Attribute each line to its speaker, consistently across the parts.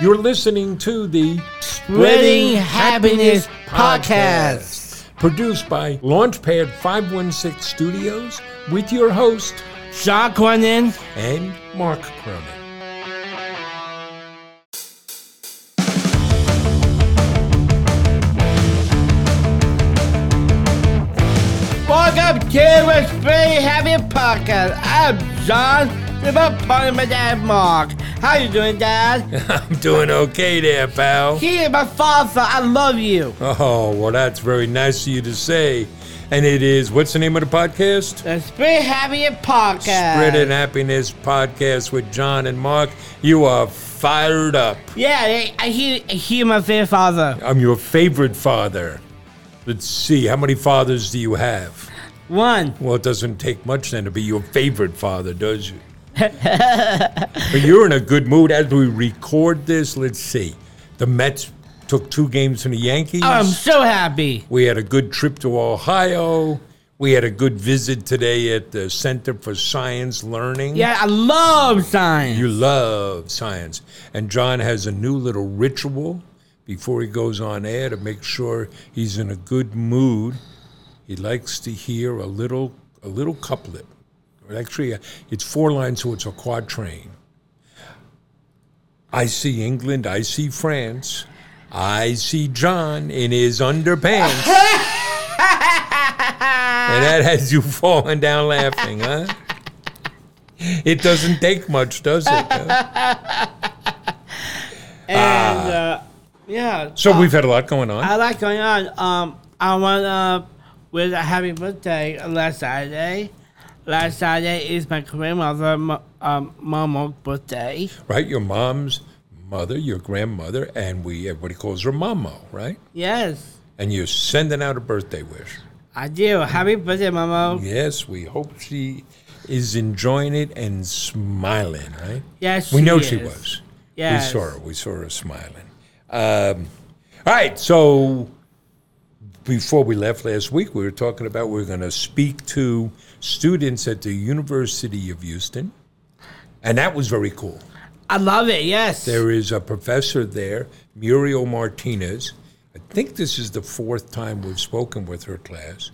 Speaker 1: You're listening to the
Speaker 2: Spreading Happiness Podcast.
Speaker 1: produced by Launchpad 516 Studios with your host
Speaker 2: Shaw Cronin.
Speaker 1: and Mark Cronin.
Speaker 2: Welcome to the Spreading Happiness Podcast. I'm John, with my partner, my dad, Mark. How you doing, Dad?
Speaker 1: I'm doing okay there, pal.
Speaker 2: he is my father. I love you.
Speaker 1: Oh, well, that's very nice of you to say. And it is, what's the name of the podcast?
Speaker 2: The Spreading Happiness Podcast.
Speaker 1: Spreading Happiness Podcast with John and Mark. You are fired up.
Speaker 2: Yeah, they- I hear, I hear my favorite father.
Speaker 1: I'm your favorite father. Let's see, how many fathers do you have?
Speaker 2: One.
Speaker 1: Well, it doesn't take much then to be your favorite father, does it? but you're in a good mood as we record this. Let's see. The Mets took two games from the Yankees.
Speaker 2: Oh, I'm so happy.
Speaker 1: we had a good trip to Ohio. We had a good visit today at the Center for Science Learning.
Speaker 2: Yeah, I love science.
Speaker 1: You love science. And John has a new little ritual before he goes on air to make sure he's in a good mood. He likes to hear a little a little couplet. Or Actually, uh, it's four lines, so it's a quatrain. I see England, I see France, I see John in his underpants. and that has you falling down laughing, huh? It doesn't take much, does it?
Speaker 2: and, uh, yeah.
Speaker 1: So we've had a lot going on.
Speaker 2: I like going on. Um, I went up with a happy birthday last Saturday. Last Saturday is my grandmother, m- um, Momo's birthday.
Speaker 1: right? Your mom's mother, your grandmother, and we everybody calls her Mama, right?
Speaker 2: Yes,
Speaker 1: And you're sending out a birthday wish.
Speaker 2: I do. Happy birthday, Momo.
Speaker 1: Yes, we hope she is enjoying it and smiling, right?
Speaker 2: Yes,
Speaker 1: we know
Speaker 2: she
Speaker 1: she
Speaker 2: is.
Speaker 1: was.
Speaker 2: Yes.
Speaker 1: We saw her. We saw her smiling. Um, all right, so before we left last week, we were talking about we're going to speak to students at the University of Houston, and that was very cool.
Speaker 2: I love it. Yes.
Speaker 1: There is a professor there, Muriel Martinez. I think this is the fourth time we've spoken with her class.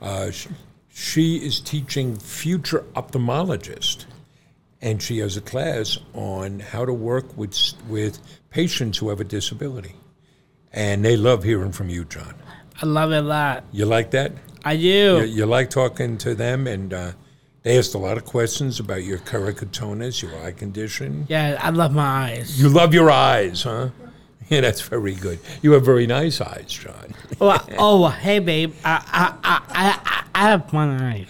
Speaker 1: Uh, she, she is teaching future ophthalmologists, and she has a class on how to work with s- with patients who have a disability. And they love hearing from you, John.
Speaker 2: I love it a lot.
Speaker 1: You like that?
Speaker 2: I do.
Speaker 1: You, you like talking to them, and uh, they asked a lot of questions about your keratoconus, your eye condition.
Speaker 2: Yeah, I love my eyes.
Speaker 1: You love your eyes, huh? Yeah, that's very good. You have very nice eyes, John.
Speaker 2: oh, I- oh, hey, babe. I, I, I, I, I have one eye.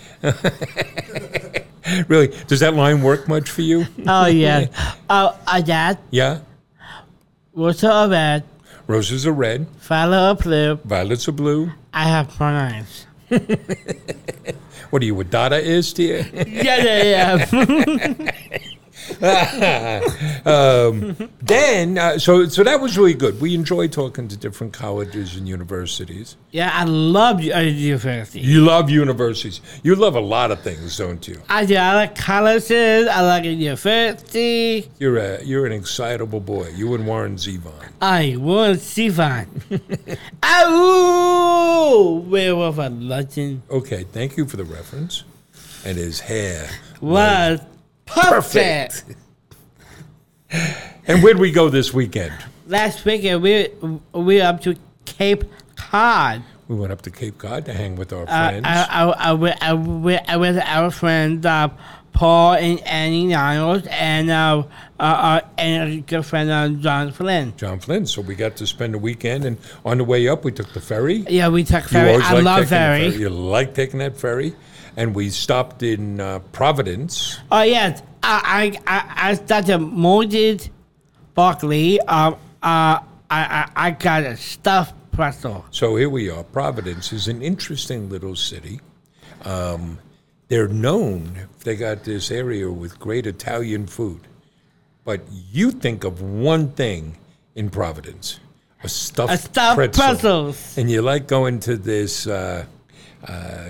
Speaker 1: really, does that line work much for you?
Speaker 2: Oh, yeah. oh, uh, Dad,
Speaker 1: Yeah?
Speaker 2: what's up, Dad?
Speaker 1: Roses are red,
Speaker 2: Follow up, Lou.
Speaker 1: violets are blue.
Speaker 2: I have one eyes.
Speaker 1: What are you, a Dadaist here?
Speaker 2: yeah, yeah, yeah.
Speaker 1: Um, then, uh, so, so that was really good. We enjoy talking to different colleges and universities.
Speaker 2: yeah, I love you- uh, university.
Speaker 1: You love universities. You love a lot of things, don't you?
Speaker 2: I do. I like colleges. I like university.
Speaker 1: You're, a, you're an excitable boy. You and Warren Zevon.
Speaker 2: I want Sivan. oh, werewolf of legend
Speaker 1: Okay, thank you for the reference. And his hair.
Speaker 2: was perfect.
Speaker 1: Perfect. And where'd we go this weekend?
Speaker 2: Last weekend we we were up to Cape Cod.
Speaker 1: We went up to Cape Cod to hang with our
Speaker 2: I,
Speaker 1: friends.
Speaker 2: I, I, I, went- I, went- I with our friends uh, Paul and Annie Niles and uh, uh, uh, and a good friend uh, John Flynn.
Speaker 1: John Flynn. So we got to spend the weekend, and on the way up, we took the ferry.
Speaker 2: Yeah, we took
Speaker 1: You
Speaker 2: ferry.
Speaker 1: always
Speaker 2: I
Speaker 1: like
Speaker 2: love
Speaker 1: taking the
Speaker 2: ferry.
Speaker 1: You like taking that ferry, and we stopped in uh, Providence.
Speaker 2: Oh yes, I I I, I started molded broccoli. Um, uh, I I, I got a stuffed pretzel.
Speaker 1: So here we are. Providence is an interesting little city. Um, they're known. They got this area with great Italian food, but you think of one thing in Providence: a stuffed,
Speaker 2: A stuffed
Speaker 1: pretzel.
Speaker 2: pretzels.
Speaker 1: and you like going to this uh, uh,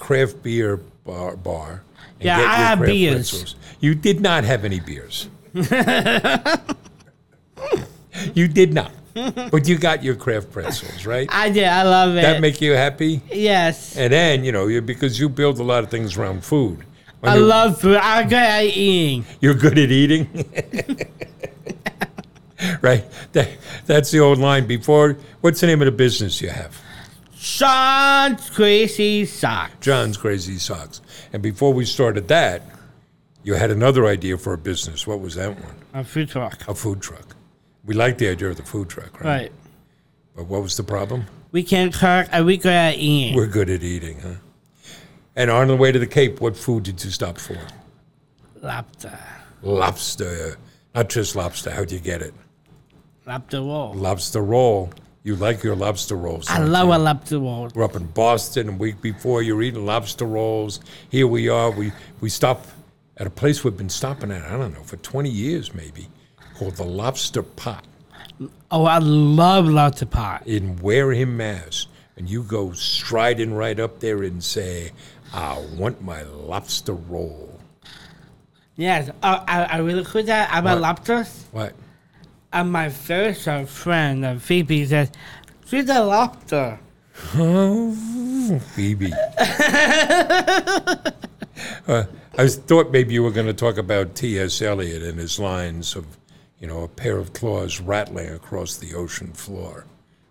Speaker 1: craft beer bar, bar and
Speaker 2: Yeah, I have
Speaker 1: craft
Speaker 2: beers.
Speaker 1: You did not have any beers. You did not, but you got your Kraft pretzels, right?
Speaker 2: I did. I love it.
Speaker 1: That make you happy,
Speaker 2: yes.
Speaker 1: and then you know you because you build a lot of things around food. When
Speaker 2: I
Speaker 1: you're-
Speaker 2: love food. I'm good at eating.
Speaker 1: You're good at eating. right. That, that's the old line. Before, what's the name of the business you have?
Speaker 2: Sean's crazy sock.
Speaker 1: John's Crazy Socks. And before we started that, you had another idea for a business. What was that one?
Speaker 2: A food truck.
Speaker 1: A food truck. We liked the idea of the food truck, right?
Speaker 2: Right.
Speaker 1: But what was the problem?
Speaker 2: We can cook and we good at eating.
Speaker 1: We're good at eating, huh? And on the way to the Cape, what food did you stop for?
Speaker 2: Lobster.
Speaker 1: Lobster. Not just lobster. How'd you get it?
Speaker 2: Lobster roll.
Speaker 1: Lobster roll. You like your lobster rolls.
Speaker 2: I
Speaker 1: don't
Speaker 2: love
Speaker 1: you?
Speaker 2: a lobster roll.
Speaker 1: We're up in Boston, and week before you're eating lobster rolls. Here we are. We we stop at a place we've been stopping at. I don't know for 20 years maybe, called the Lobster Pot
Speaker 2: Oh, I love lobster pot.
Speaker 1: in Wareham, Mass. And you go striding right up there and say, "I want my lobster roll."
Speaker 2: Yes. Oh, I, I really could that. I'm a
Speaker 1: What?
Speaker 2: lobster.
Speaker 1: What?
Speaker 2: And my very good friend, uh, Phoebe, says, she's a lobster.
Speaker 1: Oh, Phoebe. Uh, I was- thought maybe you were going to talk about T.S. Eliot and his lines of, you know, a pair of claws rattling across the ocean floor.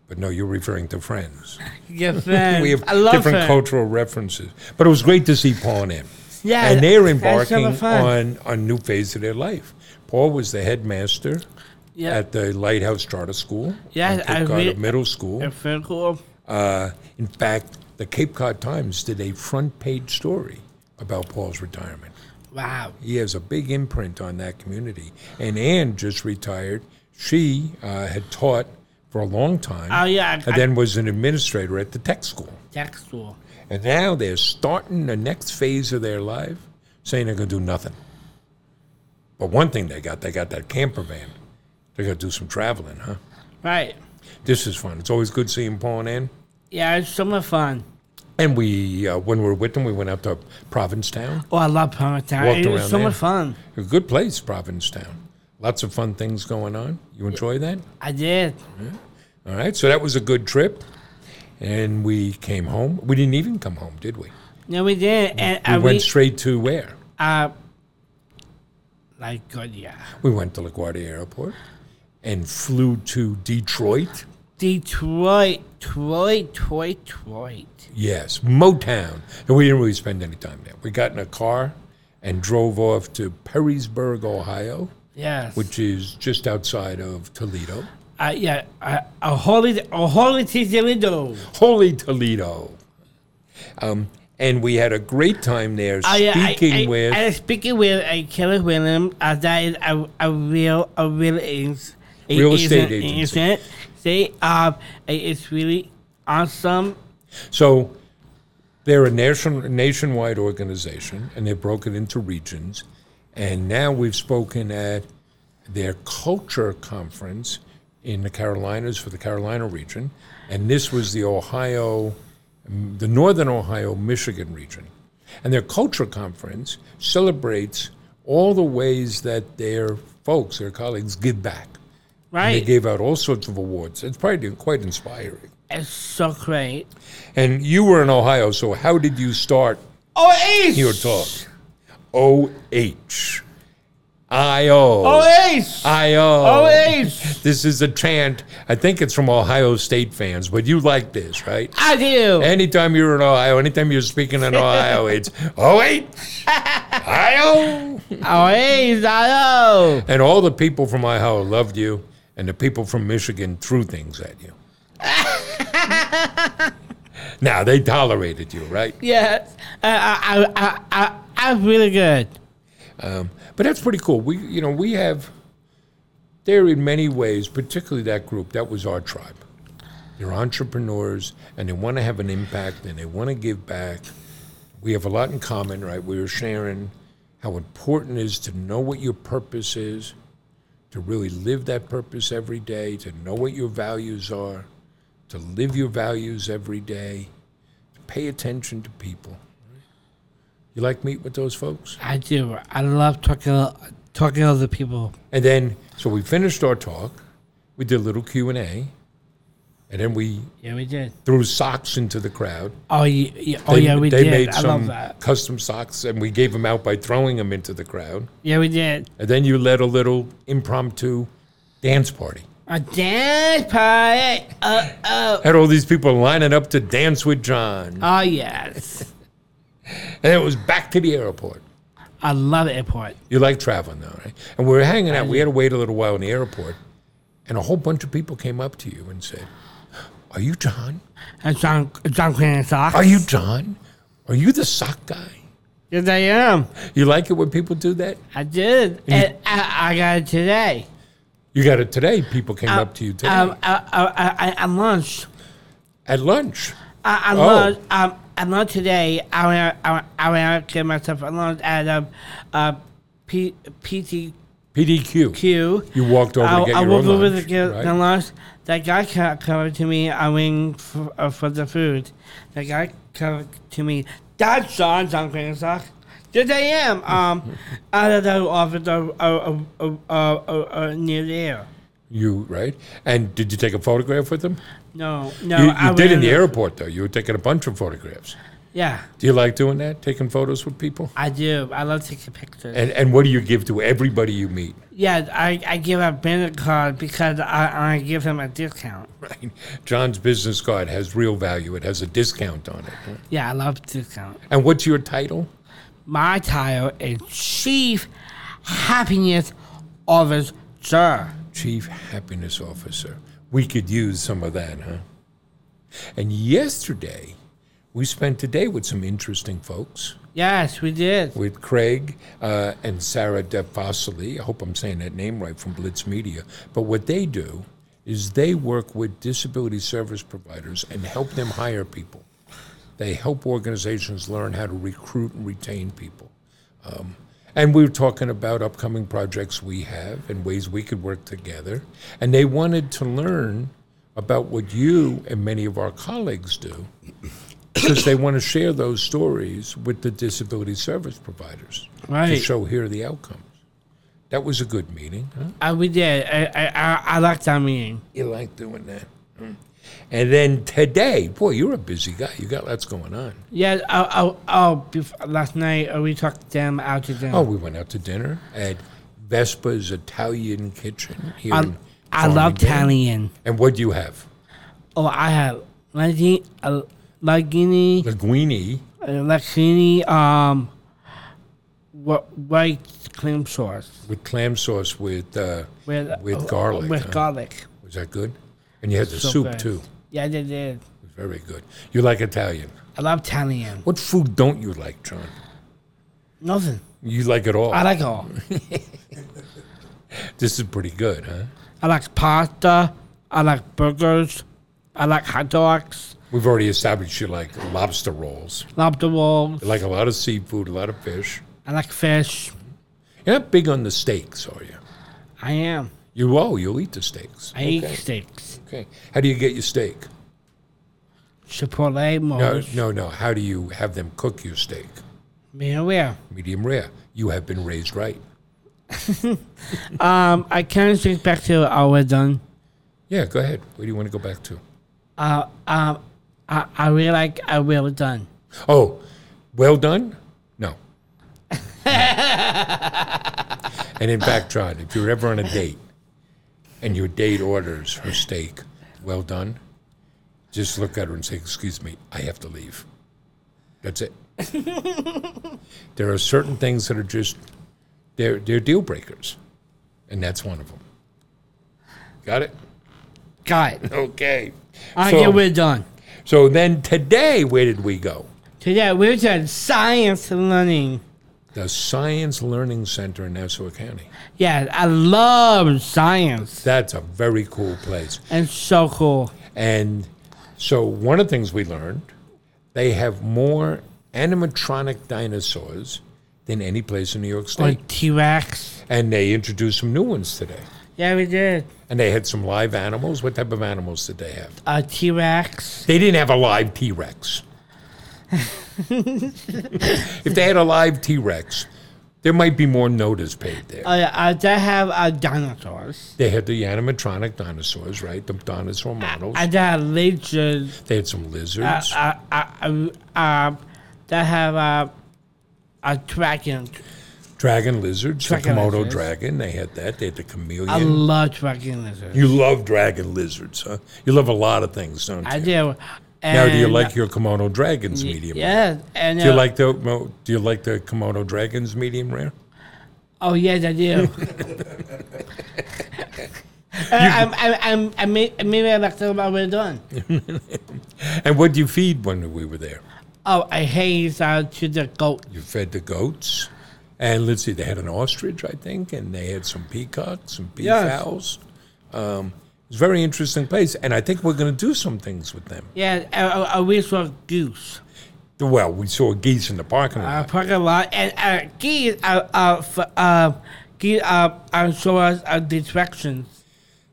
Speaker 1: But no, you're referring to friends.
Speaker 2: Your friend.
Speaker 1: We have
Speaker 2: I love
Speaker 1: different
Speaker 2: her.
Speaker 1: cultural references. But it was great to see Paul and him.
Speaker 2: Yeah,
Speaker 1: and they're
Speaker 2: that's so much
Speaker 1: embarking
Speaker 2: fun.
Speaker 1: on a new phase of their life. Paul was the headmaster
Speaker 2: Yeah.
Speaker 1: at the Lighthouse Charter School.
Speaker 2: Yeah,
Speaker 1: in
Speaker 2: I
Speaker 1: Cape Cod
Speaker 2: re-
Speaker 1: Middle School.
Speaker 2: They're very cool.
Speaker 1: Uh, in fact, the Cape Cod Times did a front page story about Paul's retirement.
Speaker 2: Wow.
Speaker 1: He has a big imprint on that community. And Ann just retired. She uh, had taught for a long time.
Speaker 2: Oh, yeah, I-
Speaker 1: And
Speaker 2: I-
Speaker 1: then was an administrator at the tech school.
Speaker 2: Textual.
Speaker 1: And now they're starting the next phase of their life saying they're going to do nothing. But one thing they got, they got that camper van. They're going to do some traveling, huh?
Speaker 2: Right.
Speaker 1: This is fun. It's always good seeing Paul and Ann.
Speaker 2: Yeah, it's so much fun.
Speaker 1: And we, uh, when we were with them, we went out to Provincetown.
Speaker 2: Oh, I love Palmertown.
Speaker 1: Walked
Speaker 2: It
Speaker 1: around
Speaker 2: was so
Speaker 1: there.
Speaker 2: much fun.
Speaker 1: A good place, Provincetown. Lots of fun things going on. You enjoy that?
Speaker 2: I did.
Speaker 1: All right. So that was a good trip. And we came home. We didn't even come home, did we?
Speaker 2: No, we did. And
Speaker 1: We
Speaker 2: uh,
Speaker 1: went
Speaker 2: we,
Speaker 1: straight to where?
Speaker 2: uh, like, good, yeah.
Speaker 1: We went to LaGuardia Airport and flew to Detroit.
Speaker 2: Detroit, Detroit, Detroit, Detroit.
Speaker 1: Yes, Motown. And we didn't really spend any time there. We got in a car and drove off to Perrysburg, Ohio,
Speaker 2: Yes.
Speaker 1: which is just outside of Toledo.
Speaker 2: uh, yeah, uh, a holy, a holy Toledo.
Speaker 1: Holy Toledo. Um, and we had a great time there
Speaker 2: Uh, yeah, I-
Speaker 1: speaking
Speaker 2: I,
Speaker 1: with.
Speaker 2: I, speaking with a killer William. Uh, that is a, a real, a real is, a
Speaker 1: Real estate
Speaker 2: agent-
Speaker 1: agency.
Speaker 2: agent. They, uh, it- it's really awesome.
Speaker 1: so they're a nation, nationwide organization and they're broken into regions. And now we've spoken at their culture conference in the Carolinas for the Carolina region. And this was the Ohio, the Northern Ohio, Michigan region. And their culture conference celebrates all the ways that their folks, their colleagues, give back. And
Speaker 2: Right.
Speaker 1: They gave out all sorts of awards. It's probably quite inspiring.
Speaker 2: It's so great.
Speaker 1: And you were in Ohio, so how did you start
Speaker 2: Oh, Ace!
Speaker 1: your talk? O H I O
Speaker 2: Oh, Ace!
Speaker 1: I O.
Speaker 2: Oh, Ace!
Speaker 1: This is a chant. I think it's from Ohio State fans, but you like this, right?
Speaker 2: I do.
Speaker 1: Anytime you're in Ohio, anytime you're speaking in Ohio, it's O H I O.
Speaker 2: Oh, Ace, I know.
Speaker 1: And all the people from Ohio loved you, and the people from Michigan threw things at you. now they tolerated you, right?
Speaker 2: Yes. Uh, I, I, I, I, I'm really good.
Speaker 1: Um, but that's pretty cool. We, you know, we have. They're in many ways, particularly that group. That was our tribe. They're entrepreneurs, and they want to have an impact, and they want to give back. We have a lot in common, right? We were sharing how important it is to know what your purpose is, to really live that purpose every day, to know what your values are, to live your values every day, to pay attention to people. You like meet with those folks?
Speaker 2: I do. I love talking, talking to other people.
Speaker 1: And then, so we finished our talk, We did a little Q and A, and then we
Speaker 2: Yeah, we did.
Speaker 1: threw socks into the crowd.
Speaker 2: Oh, yeah, yeah. oh yeah, we
Speaker 1: they
Speaker 2: did.
Speaker 1: made
Speaker 2: I love
Speaker 1: some
Speaker 2: that.
Speaker 1: custom socks, and we gave them out by throwing them into the crowd.
Speaker 2: Yeah, we did.
Speaker 1: And then you led a little impromptu dance party.
Speaker 2: A dance party. Uh, oh,
Speaker 1: Had all these people lining up to dance with John,
Speaker 2: oh yes.
Speaker 1: and it was back to the airport.
Speaker 2: I love the airport.
Speaker 1: You like traveling though, right? And we were hanging out. We had to wait a little while in the airport, and a whole bunch of people came up to you and said, "Are you John?
Speaker 2: And John, John Quinn and Socks.
Speaker 1: Are you John? Are you the sock guy?
Speaker 2: Yes, I am.
Speaker 1: You like it when people do that?
Speaker 2: I did. And I, I got it today.
Speaker 1: You got it today. People came up to you today
Speaker 2: Um, I, I, I, I, at lunch.
Speaker 1: at lunch.
Speaker 2: I, I
Speaker 1: Oh.
Speaker 2: lunch. Um, at lunch today, I went. I went. I went out to get myself a lunch at um, uh, P, PTQ.
Speaker 1: PDQ. You walked over
Speaker 2: I,
Speaker 1: to get
Speaker 2: I
Speaker 1: your
Speaker 2: walked
Speaker 1: own
Speaker 2: over
Speaker 1: lunch,
Speaker 2: to get
Speaker 1: right?
Speaker 2: the lunch. That guy co- come up to me. I went for, uh, for the food. That guy come up to me. That's John John Greenstock. Yes, I am. Um, out of the office uh, uh, uh, uh, uh, uh, near there.
Speaker 1: You right? And did you take a photograph with them?
Speaker 2: No, no.
Speaker 1: you
Speaker 2: I
Speaker 1: you did in
Speaker 2: went-
Speaker 1: the airport though. You were taking a bunch of photographs.
Speaker 2: Yeah,
Speaker 1: Do you like doing that? Taking photos with people?
Speaker 2: I do. I love taking pictures.
Speaker 1: And and what do you give to everybody you meet?
Speaker 2: yeah, I, I give a vendor card because I, I give him a discount.
Speaker 1: Right. John's business card has real value. It has a discount on it.
Speaker 2: Yeah, I love discount.
Speaker 1: And what's your title?
Speaker 2: My title is Chief Happiness Officer.
Speaker 1: Chief Happiness Officer. We could use some of that, huh? And yesterday, we spent the day with some interesting folks,
Speaker 2: Yes, we did.
Speaker 1: with Craig uh, and Sarah DeFossili. I hope I'm saying that name right from Blitz Media. But what they do is they work with disability service providers and help them hire people. They help organizations learn how to recruit and retain people. And we were talking about upcoming projects we have and ways we could work together. And they wanted to learn about what you and many of our colleagues do because they want to share those stories with the disability service providers to
Speaker 2: Right.
Speaker 1: show here are the outcomes. That was a good meeting. Huh?
Speaker 2: Uh, we did. I, I, I, I like that meeting.
Speaker 1: You like doing that. Mm. And then today, boy, you're a busy guy. You got lots going on.
Speaker 2: Yeah, oh, oh, oh bef- last night uh, we took them out to dinner.
Speaker 1: Oh, we went out to dinner at Vespa's Italian Kitchen here
Speaker 2: I,
Speaker 1: in
Speaker 2: I love
Speaker 1: Farmingdale.
Speaker 2: Italian.
Speaker 1: And what do you have?
Speaker 2: Oh, I have Lagini, uh, Lagini
Speaker 1: Linguini.
Speaker 2: Lexini, um, wh- white cream sauce
Speaker 1: with clam sauce with uh,
Speaker 2: with
Speaker 1: With garlic,
Speaker 2: With
Speaker 1: huh?
Speaker 2: garlic,
Speaker 1: was that good? And you had the
Speaker 2: So
Speaker 1: soup
Speaker 2: good.
Speaker 1: too.
Speaker 2: Yeah, they did.
Speaker 1: It was very good. You like Italian.
Speaker 2: I love Italian.
Speaker 1: What food don't you like, John?
Speaker 2: Nothing.
Speaker 1: You like it all.
Speaker 2: I like all.
Speaker 1: this is pretty good, huh?
Speaker 2: I like pasta. I like burgers. I like hot dogs.
Speaker 1: We've already established you like lobster rolls.
Speaker 2: Love the rolls.
Speaker 1: You like a lot of seafood, a lot of fish.
Speaker 2: I like fish.
Speaker 1: You're not big on the steaks, are you?
Speaker 2: I am.
Speaker 1: You oh, you'll eat the steaks.
Speaker 2: I eat
Speaker 1: Okay.
Speaker 2: steaks.
Speaker 1: Okay. How do you get your steak?
Speaker 2: Chipotle,
Speaker 1: No,
Speaker 2: Moe's,
Speaker 1: no, no. How do you have them cook your steak?
Speaker 2: being aware.
Speaker 1: Medium rare. You have been raised right.
Speaker 2: Um, I can think back to how we're done.
Speaker 1: Yeah, go ahead. Where do you want to go back to?
Speaker 2: Uh, um, I, I really like I will done.
Speaker 1: Oh, well done? No. and in fact, John, if you're ever on a date and your date orders her steak, well done, just look at her and say, Excuse me, I have to leave. That's it. there are certain things that are just, they're, they're deal breakers, and that's one of them. Got it?
Speaker 2: Got it.
Speaker 1: Okay.
Speaker 2: I
Speaker 1: so,
Speaker 2: get we're done.
Speaker 1: so then today, where did we go?
Speaker 2: Today we're doing science learning.
Speaker 1: the Science Learning Center in Nassau County.
Speaker 2: Yeah, I love science.
Speaker 1: That's a very cool place.
Speaker 2: It's so cool.
Speaker 1: And so, one of the things we learned, they have more animatronic dinosaurs than any place in New York State.
Speaker 2: Like T Rex.
Speaker 1: And they introduced some new ones today.
Speaker 2: Yeah, we did.
Speaker 1: And they had some live animals. What type of animals did they have?
Speaker 2: Uh, T Rex.
Speaker 1: They didn't have a live T Rex. if they had a live T Rex, There might be more notice paid there.
Speaker 2: Uh, uh, they have uh, dinosaurs.
Speaker 1: They had the animatronic dinosaurs, right? The dinosaur models.
Speaker 2: And they have leeches.
Speaker 1: they had some lizards.
Speaker 2: Uh, uh, uh, uh, um, they have uh, a dragon.
Speaker 1: dragon lizards,
Speaker 2: uh, Dragon
Speaker 1: the Komodo
Speaker 2: lizards.
Speaker 1: dragon. They had that. They had the
Speaker 2: I
Speaker 1: chameleon.
Speaker 2: love dragon lizards.
Speaker 1: you love dragon lizards, huh? You love a lot of things, don't you?
Speaker 2: I do. And,
Speaker 1: Now, do you like your Komodo dragons medium? rare?
Speaker 2: Yeah, and
Speaker 1: Do you
Speaker 2: uh,
Speaker 1: like the mo- Do you like the Komodo dragons medium rare?
Speaker 2: Oh yes, I do. I'm, I'm, I'm, I'm, maybe I'm not talking about what I'm doing.
Speaker 1: And what do you feed when we were there?
Speaker 2: Oh, I haze out to the goat.
Speaker 1: You fed the goats, and let's see, they had an ostrich, I think, and they had some peacocks, some peafowls. Um, it's a very interesting place, and I think we're going to do some things with them.
Speaker 2: Yeah, I, I, we saw goose.
Speaker 1: Well, we saw geese in the parking
Speaker 2: I
Speaker 1: lot.
Speaker 2: parking lot and uh, geese are, are, f- uh, geese are, are show us uh, directions.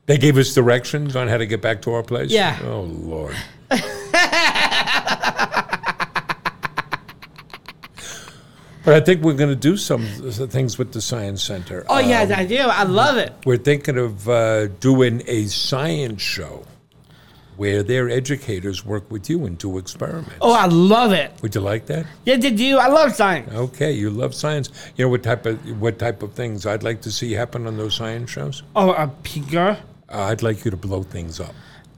Speaker 1: They gave us directions on how to get back to our place.
Speaker 2: Yeah.
Speaker 1: Oh Lord. but I think we're going to do some some things with the science center. Um,
Speaker 2: Oh yes, I do. I love it.
Speaker 1: We're thinking of uh, doing a science show where their educators work with you and do experiments.
Speaker 2: Oh, I love it.
Speaker 1: Would you like that?
Speaker 2: Yeah, did you? I love science.
Speaker 1: Okay, you love science. You know what type of what type of things I'd like to see happen on those science shows?
Speaker 2: Oh, a pigger.
Speaker 1: Uh, I'd like you to blow things up.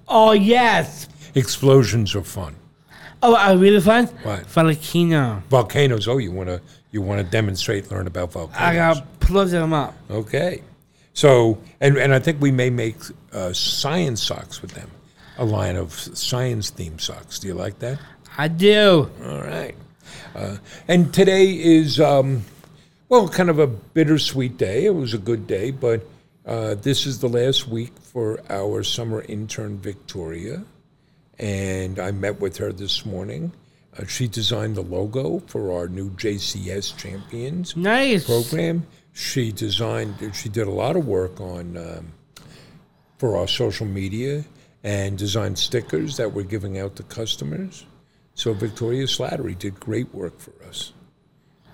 Speaker 2: Oh yes.
Speaker 1: Explosions are fun.
Speaker 2: Oh, I really fun.
Speaker 1: What?
Speaker 2: Valentino.
Speaker 1: Volcanoes. Oh, you want to you want to demonstrate, learn about volcanoes.
Speaker 2: I gotta plug them up.
Speaker 1: Okay. So, and, and I think we may make uh, science socks with them, a line of science themed socks. Do you like that?
Speaker 2: I do.
Speaker 1: All right. Uh, and today is, um, well, kind of a bittersweet day. It was a good day, but uh, this is the last week for our summer intern, Victoria. And I met with her this morning. Uh, she designed the logo for our new JCS champions
Speaker 2: Nice.
Speaker 1: program. She designed. She did a lot of work on um, for our social media and designed stickers that we're giving out to customers. So Victoria Slattery did great work for us.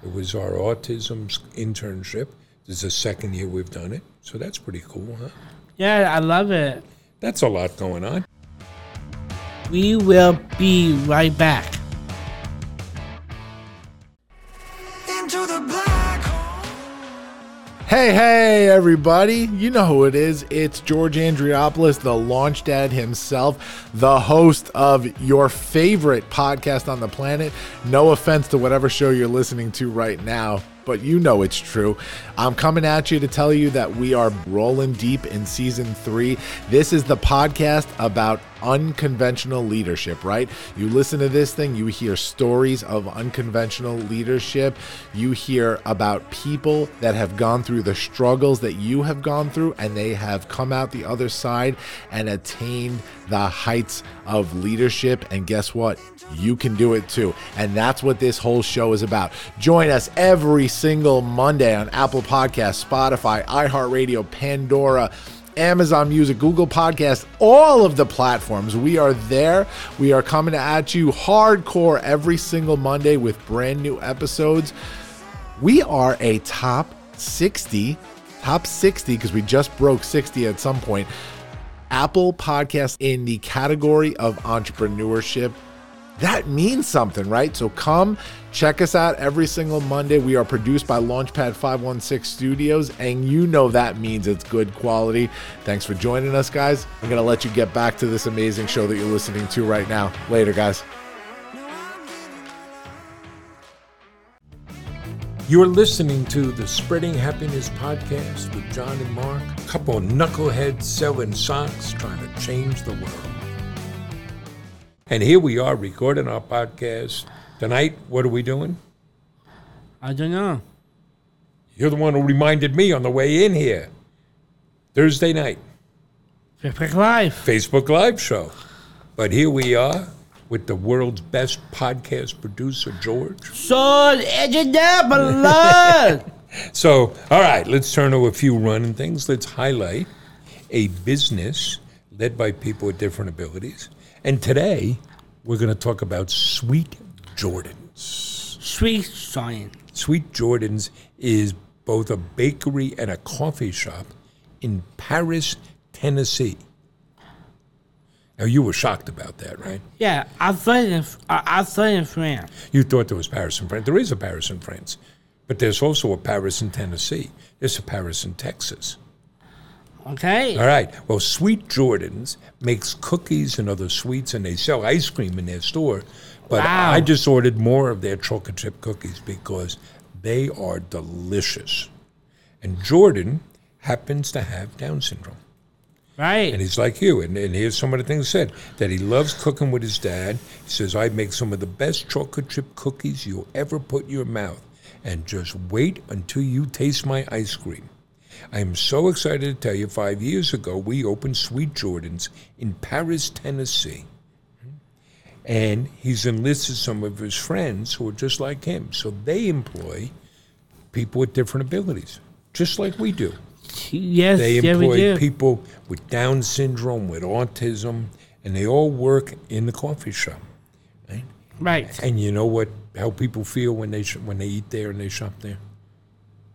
Speaker 1: It was our autism s- internship. This is the second year we've done it, so that's pretty cool, huh?
Speaker 2: Yeah, I love it.
Speaker 1: That's a lot going on.
Speaker 2: We will be right back.
Speaker 3: into the black hole.
Speaker 4: Hey, hey, everybody. You know who it is. It's George Andriopoulos, the launch dad himself, the host of your favorite podcast on the planet. No offense to whatever show you're listening to right now, but you know it's true. I'm coming at you to tell you that we are rolling deep in season three. This is the podcast about unconventional leadership, right? You listen to this thing, you hear stories of unconventional leadership. You hear about people that have gone through the struggles that you have gone through, and they have come out the other side and attained the heights of leadership. And guess what? You can do it too. And that's what this whole show is about. Join us every single Monday on Apple Podcasts, Spotify, iHeartRadio, Pandora. Amazon Music, Google Podcast, all of the platforms. We are there. We are coming at you hardcore every single Monday with brand new episodes. We are a top 60, top 60, because we just broke 60 at some point. Apple Podcast in the category of entrepreneurship. That means something, right? So come check us out every single Monday. We are produced by Launchpad 516 Studios, and you know that means it's good quality. Thanks for joining us, guys. I'm going to let you get back to this amazing show that you're listening to right now. Later, guys.
Speaker 1: You're listening to the Spreading Happiness podcast with John and Mark, a couple of knuckleheads selling socks trying to change the world. And here we are recording our podcast. Tonight, what are we doing?
Speaker 2: I don't know.
Speaker 1: You're the one who reminded me on the way in here. Thursday night,
Speaker 2: Perfect life.
Speaker 1: Facebook Live show. But here we are with the world's best podcast producer, George.
Speaker 2: So edged up, blood.
Speaker 1: So, all right, let's turn to a few running things. Let's highlight a business led by people with different abilities. And today, we're going to talk about Sweet Jordans.
Speaker 2: Sweet Science.
Speaker 1: Sweet Jordan's is both a bakery and a coffee shop in Paris, Tennessee. Now you were shocked about that, right?
Speaker 2: Yeah, I thought it, I, I thought it was France.
Speaker 1: You thought there was Paris in France. There is a Paris in France, but there's also a Paris in Tennessee. There's a Paris in Texas.
Speaker 2: Okay.
Speaker 1: All right. Well, Sweet Jordan's makes cookies and other sweets, and they sell ice cream in their store. But
Speaker 2: Wow.
Speaker 1: I just ordered more of their chocolate chip cookies because they are delicious. And Jordan happens to have Down syndrome.
Speaker 2: Right.
Speaker 1: And he's like you. And, and here's some of the things said that he loves cooking with his dad. He says, I make some of the best chocolate chip cookies you'll ever put in your mouth. And just wait until you taste my ice cream. I am so excited to tell you, five years ago, we opened Sweet Jordan's in Paris, Tennessee. And he's enlisted some of his friends who are just like him. So they employ people with different abilities, just like we do.
Speaker 2: yes,
Speaker 1: They
Speaker 2: yeah, we
Speaker 1: employ
Speaker 2: do.
Speaker 1: people with Down syndrome, with autism, and they all work in the coffee shop. right?
Speaker 2: Right.
Speaker 1: And you know what? How people feel when they sh- when they eat there and they shop there,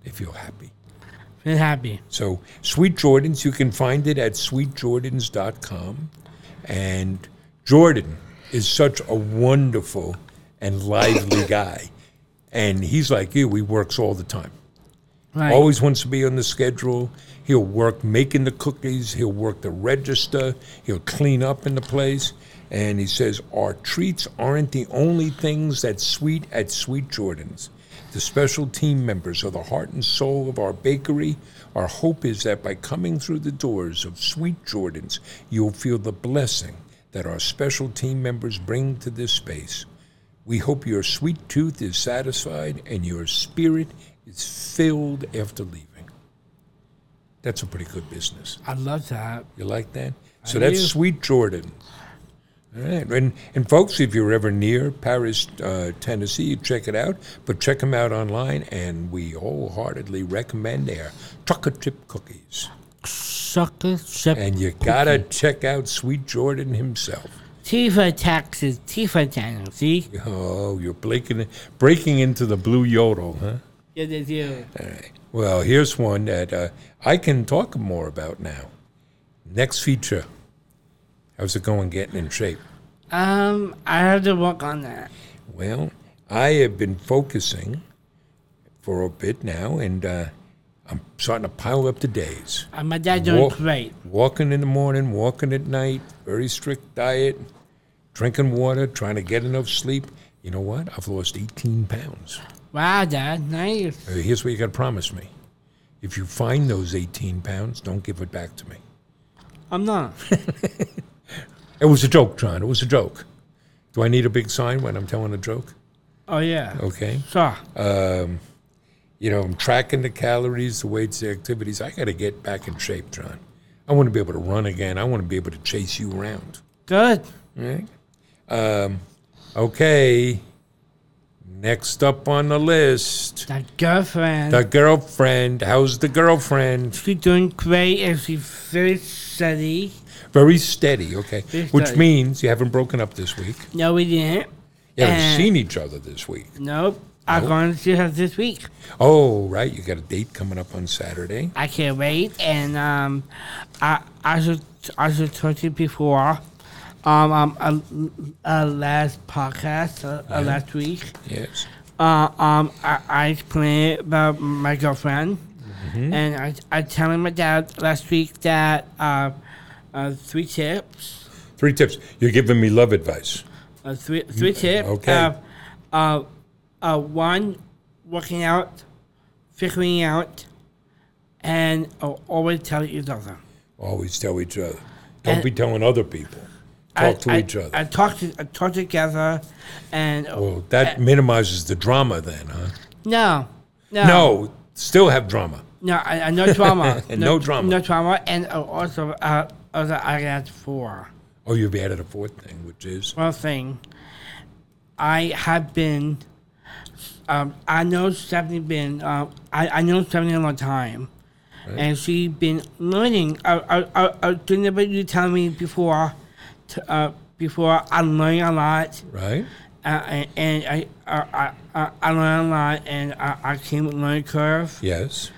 Speaker 1: they feel happy.
Speaker 2: Feel happy.
Speaker 1: So Sweet Jordans, you can find it at sweetjordans.com. And Jordan is such a wonderful and lively guy, and he's like you. He works all the time.
Speaker 2: Right.
Speaker 1: Always wants to be on the schedule. He'll work making the cookies. He'll work the register. He'll clean up in the place. And he says, Our treats aren't the only things that's sweet at Sweet Jordan's. The special team members are the heart and soul of our bakery. Our hope is that by coming through the doors of Sweet Jordan's, you'll feel the blessing that our special team members bring to this space. We hope your sweet tooth is satisfied and your spirit is filled after leaving. That's a pretty good business.
Speaker 2: I love that.
Speaker 1: You like that? So
Speaker 2: I
Speaker 1: that's
Speaker 2: do.
Speaker 1: Sweet Jordan. All right. And, and folks, if you're ever near Paris, uh, Tennessee, check it out. But check them out online, and we wholeheartedly recommend their chocolate chip cookies.
Speaker 2: Sucker ship.
Speaker 1: And you gotta check out Sweet Jordan himself.
Speaker 2: Tifa taxes. Tifa taxes. See?
Speaker 1: Oh, you're breaking, breaking into the blue yodel, huh?
Speaker 2: Yeah, they do.
Speaker 1: Well, here's one that uh, I can talk more about now. Next feature. How's it going getting in shape?
Speaker 2: Um, I have to work on that.
Speaker 1: Well, I have been focusing for a bit now, and uh, I'm starting to pile up the days.
Speaker 2: Uh, my dad's doing
Speaker 1: Walk-
Speaker 2: great.
Speaker 1: Walking in the morning, walking at night, very strict diet, drinking water, trying to get enough sleep. You know what? I've lost 18 pounds.
Speaker 2: Wow, Dad. Nice.
Speaker 1: Uh, Here's what you got to promise me. If you find those 18 pounds, don't give it back to me.
Speaker 2: I'm not.
Speaker 1: It was a joke, John. It was a joke. Do I need a big sign when I'm telling a joke?
Speaker 2: Oh, yeah.
Speaker 1: Okay.
Speaker 2: So,
Speaker 1: You know, I'm tracking the calories, the weights, the activities. I got to get back in shape, John. I want to be able to run again. I want to be able to chase you around.
Speaker 2: good.
Speaker 1: Right? Um, okay. Next up on the list,
Speaker 2: That girlfriend.
Speaker 1: the girlfriend. How's the girlfriend?
Speaker 2: She's doing great and she's very steady.
Speaker 1: Very steady, okay.
Speaker 2: Very
Speaker 1: Which
Speaker 2: steady.
Speaker 1: means you haven't broken up this week.
Speaker 2: No, we didn't.
Speaker 1: You haven't
Speaker 2: Uh,
Speaker 1: seen each other this week.
Speaker 2: Nope. I'm going to see her this week.
Speaker 1: Oh, right. You got a date coming up on Saturday.
Speaker 2: I can't wait. And um, I I should I should talk to you before. Um, um, a, a last podcast, uh, uh, last week.
Speaker 1: Yes.
Speaker 2: Uh, um, I, I explained about my girlfriend, and I I telling my dad last week that uh, uh three tips,
Speaker 1: Three tips. You're giving me love advice.
Speaker 2: uh, three three tips.
Speaker 1: okay.
Speaker 2: Uh, uh, uh, one, working out, figuring out, and uh, always tell each other.
Speaker 1: Always tell each other. Don't
Speaker 2: And-
Speaker 1: be telling other people. Talk to
Speaker 2: I,
Speaker 1: each other.
Speaker 2: I, I talk to I talk together, and uh,
Speaker 1: well, that minimizes the drama then, huh?
Speaker 2: no, no,
Speaker 1: No, still have drama.
Speaker 2: no, I, I, no drama,
Speaker 1: No drama.
Speaker 2: no drama, and uh, also uh, also I got four.
Speaker 1: Oh, you've added a fourth thing, which is
Speaker 2: One thing, I have been, um, I know Stephanie been, um, I I know Stephanie a long time, and she's been learning. uh, I I I, I didn't but you tell me before, to, uh, before I uh, learned a lot.
Speaker 1: right.
Speaker 2: I, and I, I, I, uh, I learned a lot, and I, I came with my curve,
Speaker 1: Yes.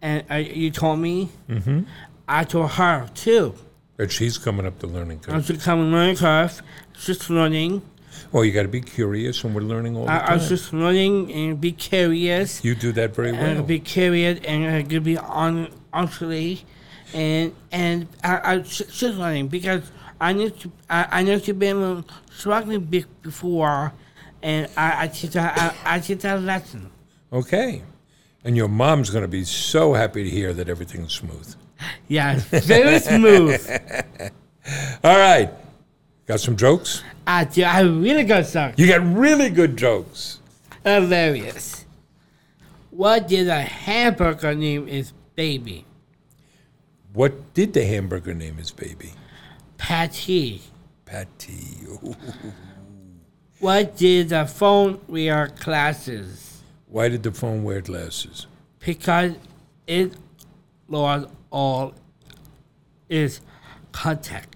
Speaker 2: and I, you told me. Mm-hmm. I told her too.
Speaker 1: But she's coming up the learning
Speaker 2: I'm
Speaker 1: curve.
Speaker 2: just coming learning curve, just learning.
Speaker 1: Well, Oh, you got to be curious, and we're learning all the
Speaker 2: I, I
Speaker 1: time.
Speaker 2: was just learning and be curious,
Speaker 1: you do that very
Speaker 2: and
Speaker 1: well.
Speaker 2: be curious, and I could be on honestly, and and I, I just just learning because I need to I, I need to be able to struggling be, before, and I I teach that I, I teach that lesson.
Speaker 1: okay. And your mom's going to be so happy to hear that everything's smooth.
Speaker 2: Yeah, very smooth.
Speaker 1: All right. Got some jokes?
Speaker 2: I do. I really got some
Speaker 1: You got really good jokes.
Speaker 2: hilarious. What did a hamburger name is baby?
Speaker 1: What did the hamburger name his baby?
Speaker 2: Patty.
Speaker 1: Patty.
Speaker 2: What did the phone wear classes?
Speaker 1: Why did the phone wear glasses?
Speaker 2: Because it lost all its contact.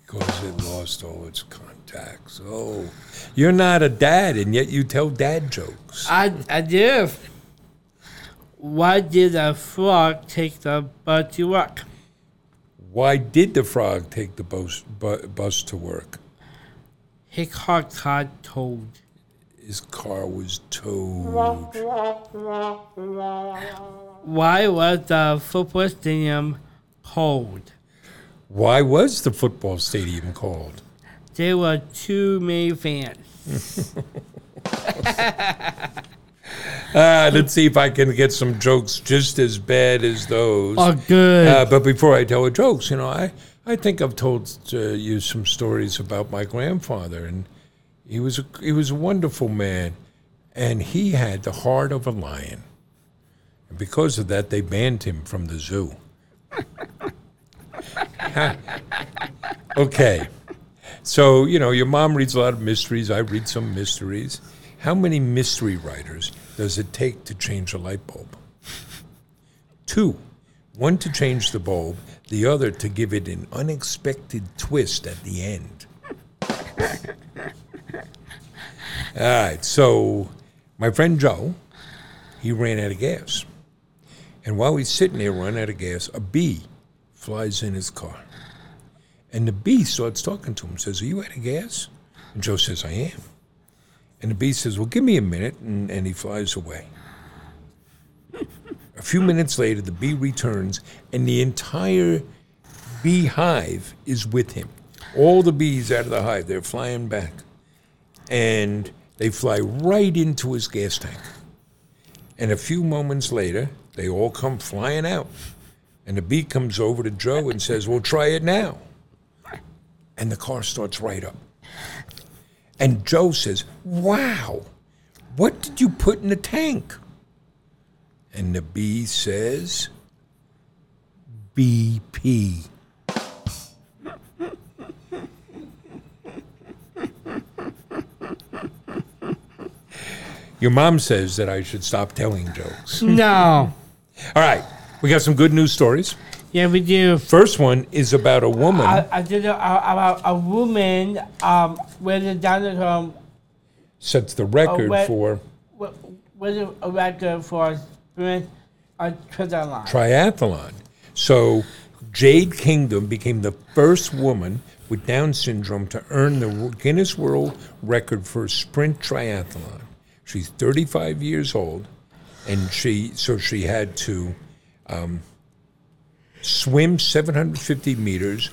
Speaker 1: Because it lost all its contacts. Oh, you're not a dad, and yet you tell dad jokes.
Speaker 2: I, I do. Why did a frog take the bus to work?
Speaker 1: Why did the frog take the bus, bu- bus to work?
Speaker 2: Hickok got told.
Speaker 1: His car was towed.
Speaker 2: Why was the football stadium cold?
Speaker 1: Why was the football stadium called?
Speaker 2: There were too many fans.
Speaker 1: Uh, let's see if I can get some jokes just as bad as those.
Speaker 2: Oh, good.
Speaker 1: Uh, but before I tell the jokes, you know, I, I think I've told uh, you some stories about my grandfather, and he was a, he was a wonderful man, and he had the heart of a lion, and because of that, they banned him from the zoo. okay, so you know, your mom reads a lot of mysteries. I read some mysteries. How many mystery writers does it take to change a light bulb? Two, one to change the bulb, the other to give it an unexpected twist at the end. All right, so my friend Joe, he ran out of gas. And while he's sitting there running out of gas, a bee flies in his car. And the bee starts talking to him, says, Are you out of gas? And Joe says, I am. And the bee says, Well, give me a minute. And, and he flies away. A few minutes later, the bee returns, and the entire beehive is with him. All the bees out of the hive, they're flying back. And they fly right into his gas tank. And a few moments later, they all come flying out. And the bee comes over to Joe and says, Well, try it now. And the car starts right up. And Joe says, Wow, what did you put in the tank? And the bee says, BP. Your mom says that I should stop telling jokes.
Speaker 2: no.
Speaker 1: All right, we got some good news stories.
Speaker 2: Yeah, we do.
Speaker 1: First one is about a woman.
Speaker 2: I, I did a, about a woman um, where the dinosaur
Speaker 1: sets the record
Speaker 2: wait.
Speaker 1: for
Speaker 2: was a record for sprint a Twitter line.
Speaker 1: triathlon. So Jade Kingdom became the first woman with Down syndrome to earn the Guinness World Record for sprint triathlon. She's 35 years old, and she so she had to um, swim 750 meters,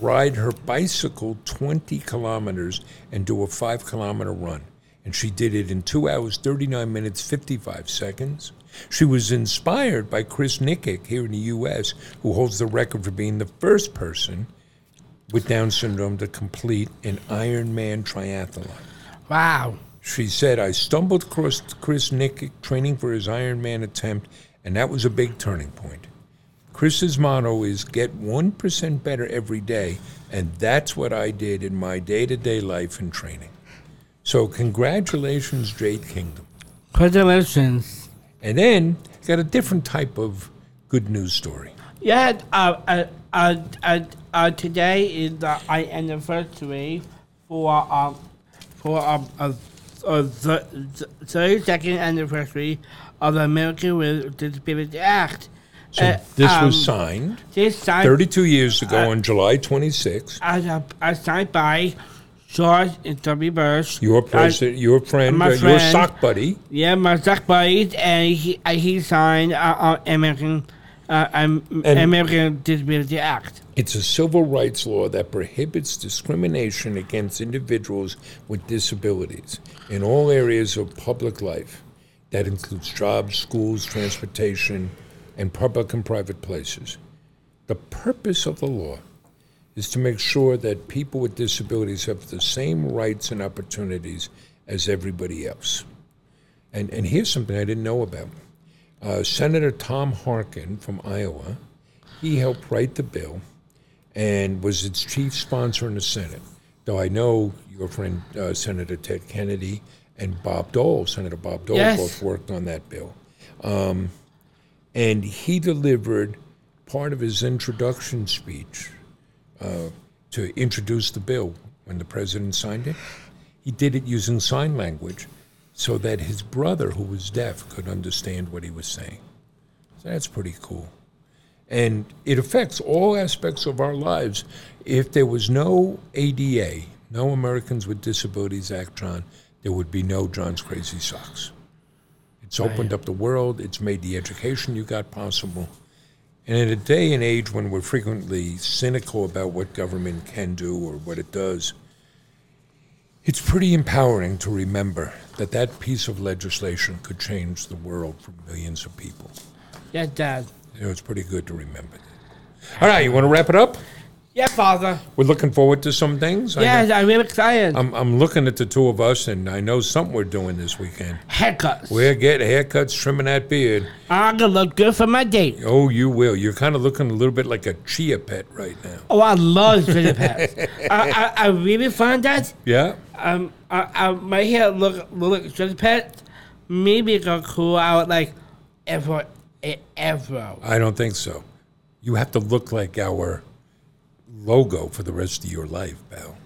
Speaker 1: ride her bicycle 20 kilometers, and do a five kilometer run. And she did it in two hours, 39 minutes, 55 seconds. She was inspired by Chris Nikic here in the U.S., who holds the record for being the first person with Down syndrome to complete an Ironman triathlon.
Speaker 2: Wow.
Speaker 1: She said, I stumbled across Chris Nick training for his Ironman attempt, and that was a big turning point. Chris's motto is get 1% better every day, and that's what I did in my day to day life and training. So, congratulations, Jade Kingdom.
Speaker 2: Congratulations.
Speaker 1: And then, got a different type of good news story.
Speaker 2: Yeah, uh, uh, uh, uh, uh, today is the I anniversary for um, for um, a, a, the, the 32nd anniversary of the American with Disabilities Act.
Speaker 1: So
Speaker 2: Uh,
Speaker 1: this
Speaker 2: um,
Speaker 1: was signed
Speaker 2: This signed
Speaker 1: 32 years ago on July 26.
Speaker 2: as a, as signed by George and W. Bush.
Speaker 1: Your
Speaker 2: as-
Speaker 1: person, your friend,
Speaker 2: my
Speaker 1: uh, your
Speaker 2: friend-
Speaker 1: sock buddy.
Speaker 2: Yeah, my Zach Bite, and he uh, he signed uh, uh, American uh, um,
Speaker 1: And-
Speaker 2: American Disability Act.
Speaker 1: It's a civil rights law that prohibits discrimination against individuals with disabilities in all areas of public life. That includes jobs, schools, transportation, and public and private places. The purpose of the law is to make sure that people with disabilities have the same rights and opportunities as everybody else. And, and here's something I didn't know about. Uh, Senator Tom Harkin from Iowa, he helped write the bill and was its chief sponsor in the Senate. Though I know your friend uh, Senator Ted Kennedy and Bob Dole, Senator Bob Dole,
Speaker 2: Yes.
Speaker 1: both worked on that bill. Um, and he delivered part of his introduction speech uh, to introduce the bill when the president signed it. He did it using sign language so that his brother, who was deaf, could understand what he was saying. So that's pretty cool. And it affects all aspects of our lives. If there was no ADA, no Americans with Disabilities Act, John, there would be no John's Crazy Socks. It's opened up the world, it's made the education you got possible. And in a day and age when we're frequently cynical about what government can do or what it does, it's pretty empowering to remember that that piece of legislation could change the world for millions of people.
Speaker 2: Yes, Dad.
Speaker 1: You know, it's pretty good to remember. that. All right, you want to wrap it up?
Speaker 2: Yeah, Father.
Speaker 1: We're looking forward to some things. I
Speaker 2: Yes,
Speaker 1: know-
Speaker 2: I'm really excited.
Speaker 1: I'm, I'm looking at the two of us, and I know something we're doing this weekend.
Speaker 2: Haircuts.
Speaker 1: We're getting haircuts, trimming that beard.
Speaker 2: I'm gonna look good for my date.
Speaker 1: Oh, you will. You're kind of looking a little bit like a chia pet right now.
Speaker 2: Oh, I love Twitter pads. I, I I really find that
Speaker 1: Yeah?
Speaker 2: um I, I my hair look look Twitter pads maybe go cool out like ever eh, ever.
Speaker 1: I don't think so. You have to look like our logo for the rest of your life, pal.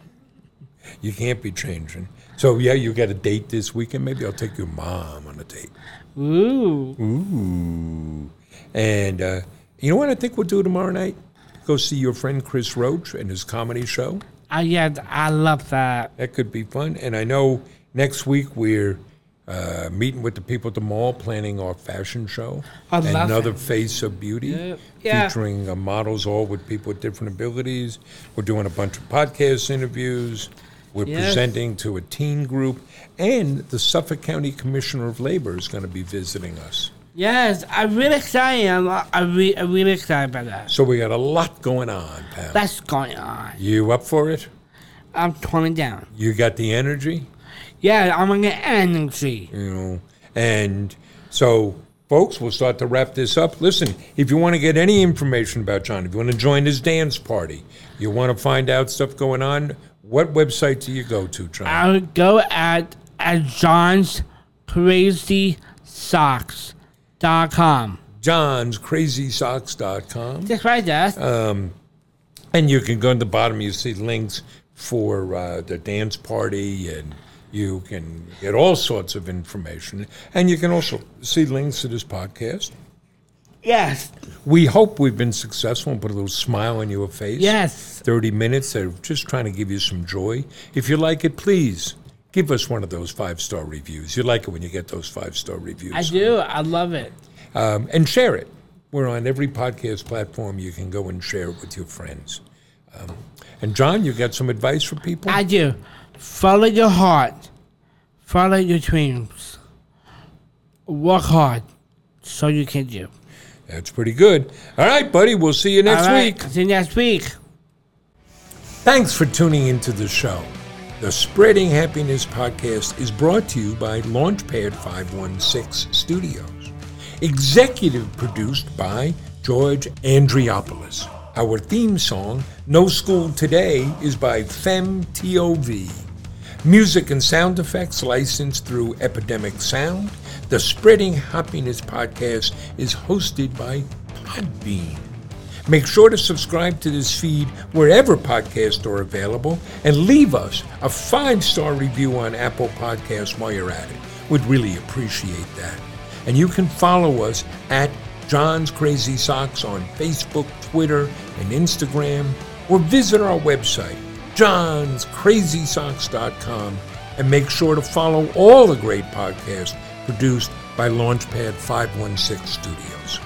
Speaker 1: You can't be changing. So yeah, you got a date this weekend. Maybe I'll take your mom on a date.
Speaker 2: Ooh.
Speaker 1: Mm. Ooh. And uh, you know what I think we'll do tomorrow night? Go see your friend Chris Roach and his comedy show.
Speaker 2: I Uh, yeah, I love that.
Speaker 1: That could be fun. And I know next week we're uh, meeting with the people at the mall, planning our fashion show.
Speaker 2: I love
Speaker 1: Another
Speaker 2: it.
Speaker 1: face of beauty,
Speaker 2: Yep. Yeah.
Speaker 1: featuring uh, models, all with people with different abilities. We're doing a bunch of podcast interviews. We're
Speaker 2: Yes.
Speaker 1: presenting to a teen group, and the Suffolk County Commissioner of Labor is going to be visiting us.
Speaker 2: Yes, I'm really excited. I'm, I'm, re- I'm really excited about that.
Speaker 1: So we got a lot going on, pal.
Speaker 2: That's going on.
Speaker 1: you up for it?
Speaker 2: I'm toning down.
Speaker 1: You got the energy?
Speaker 2: Yeah, I'm gonna energy.
Speaker 1: you know. And so, folks, we'll start to wrap this up. Listen, if you want to get any information about John, if you want to join his dance party, you want to find out stuff going on, what website do you go to, John?
Speaker 2: I would go at at John's Crazy Socks dot com.
Speaker 1: John'sCrazySocks.com.
Speaker 2: Just right there.
Speaker 1: Uh. And you can go to the bottom, you see links for uh, the dance party and you can get all sorts of information. And you can also see links to this podcast.
Speaker 2: yes,
Speaker 1: We hope we've been successful and put a little smile on your face.
Speaker 2: yes.
Speaker 1: 30 minutes. They're just trying to give you some joy. If you like it, please give us one of those five star reviews. You like it when you get those five star reviews.
Speaker 2: I do. I love it.
Speaker 1: Um, and share it. We're on every podcast platform. You can go and share it with your friends. Um, and John, you got some advice for people?
Speaker 2: I do. Follow your heart. Follow your dreams. Work hard, so you can do.
Speaker 1: That's pretty good. All right, buddy. We'll see you next
Speaker 2: All right,
Speaker 1: week.
Speaker 2: See you next week.
Speaker 1: Thanks for tuning into the show. The Spreading Happiness podcast is brought to you by Launchpad 516 Studios. Executive produced by George Andriopoulos. Our theme song, No School Today, is by FemTOV. Music and sound effects licensed through Epidemic Sound. The Spreading Happiness podcast is hosted by Podbean. Make sure to subscribe to this feed wherever podcasts are available and leave us a five star review on Apple Podcasts while you're at it. We'd really appreciate that. And you can follow us at John's Crazy Socks on Facebook, Twitter, and Instagram, or visit our website, johnscrazysocks.com, and make sure to follow all the great podcasts produced by Launchpad 516 Studios.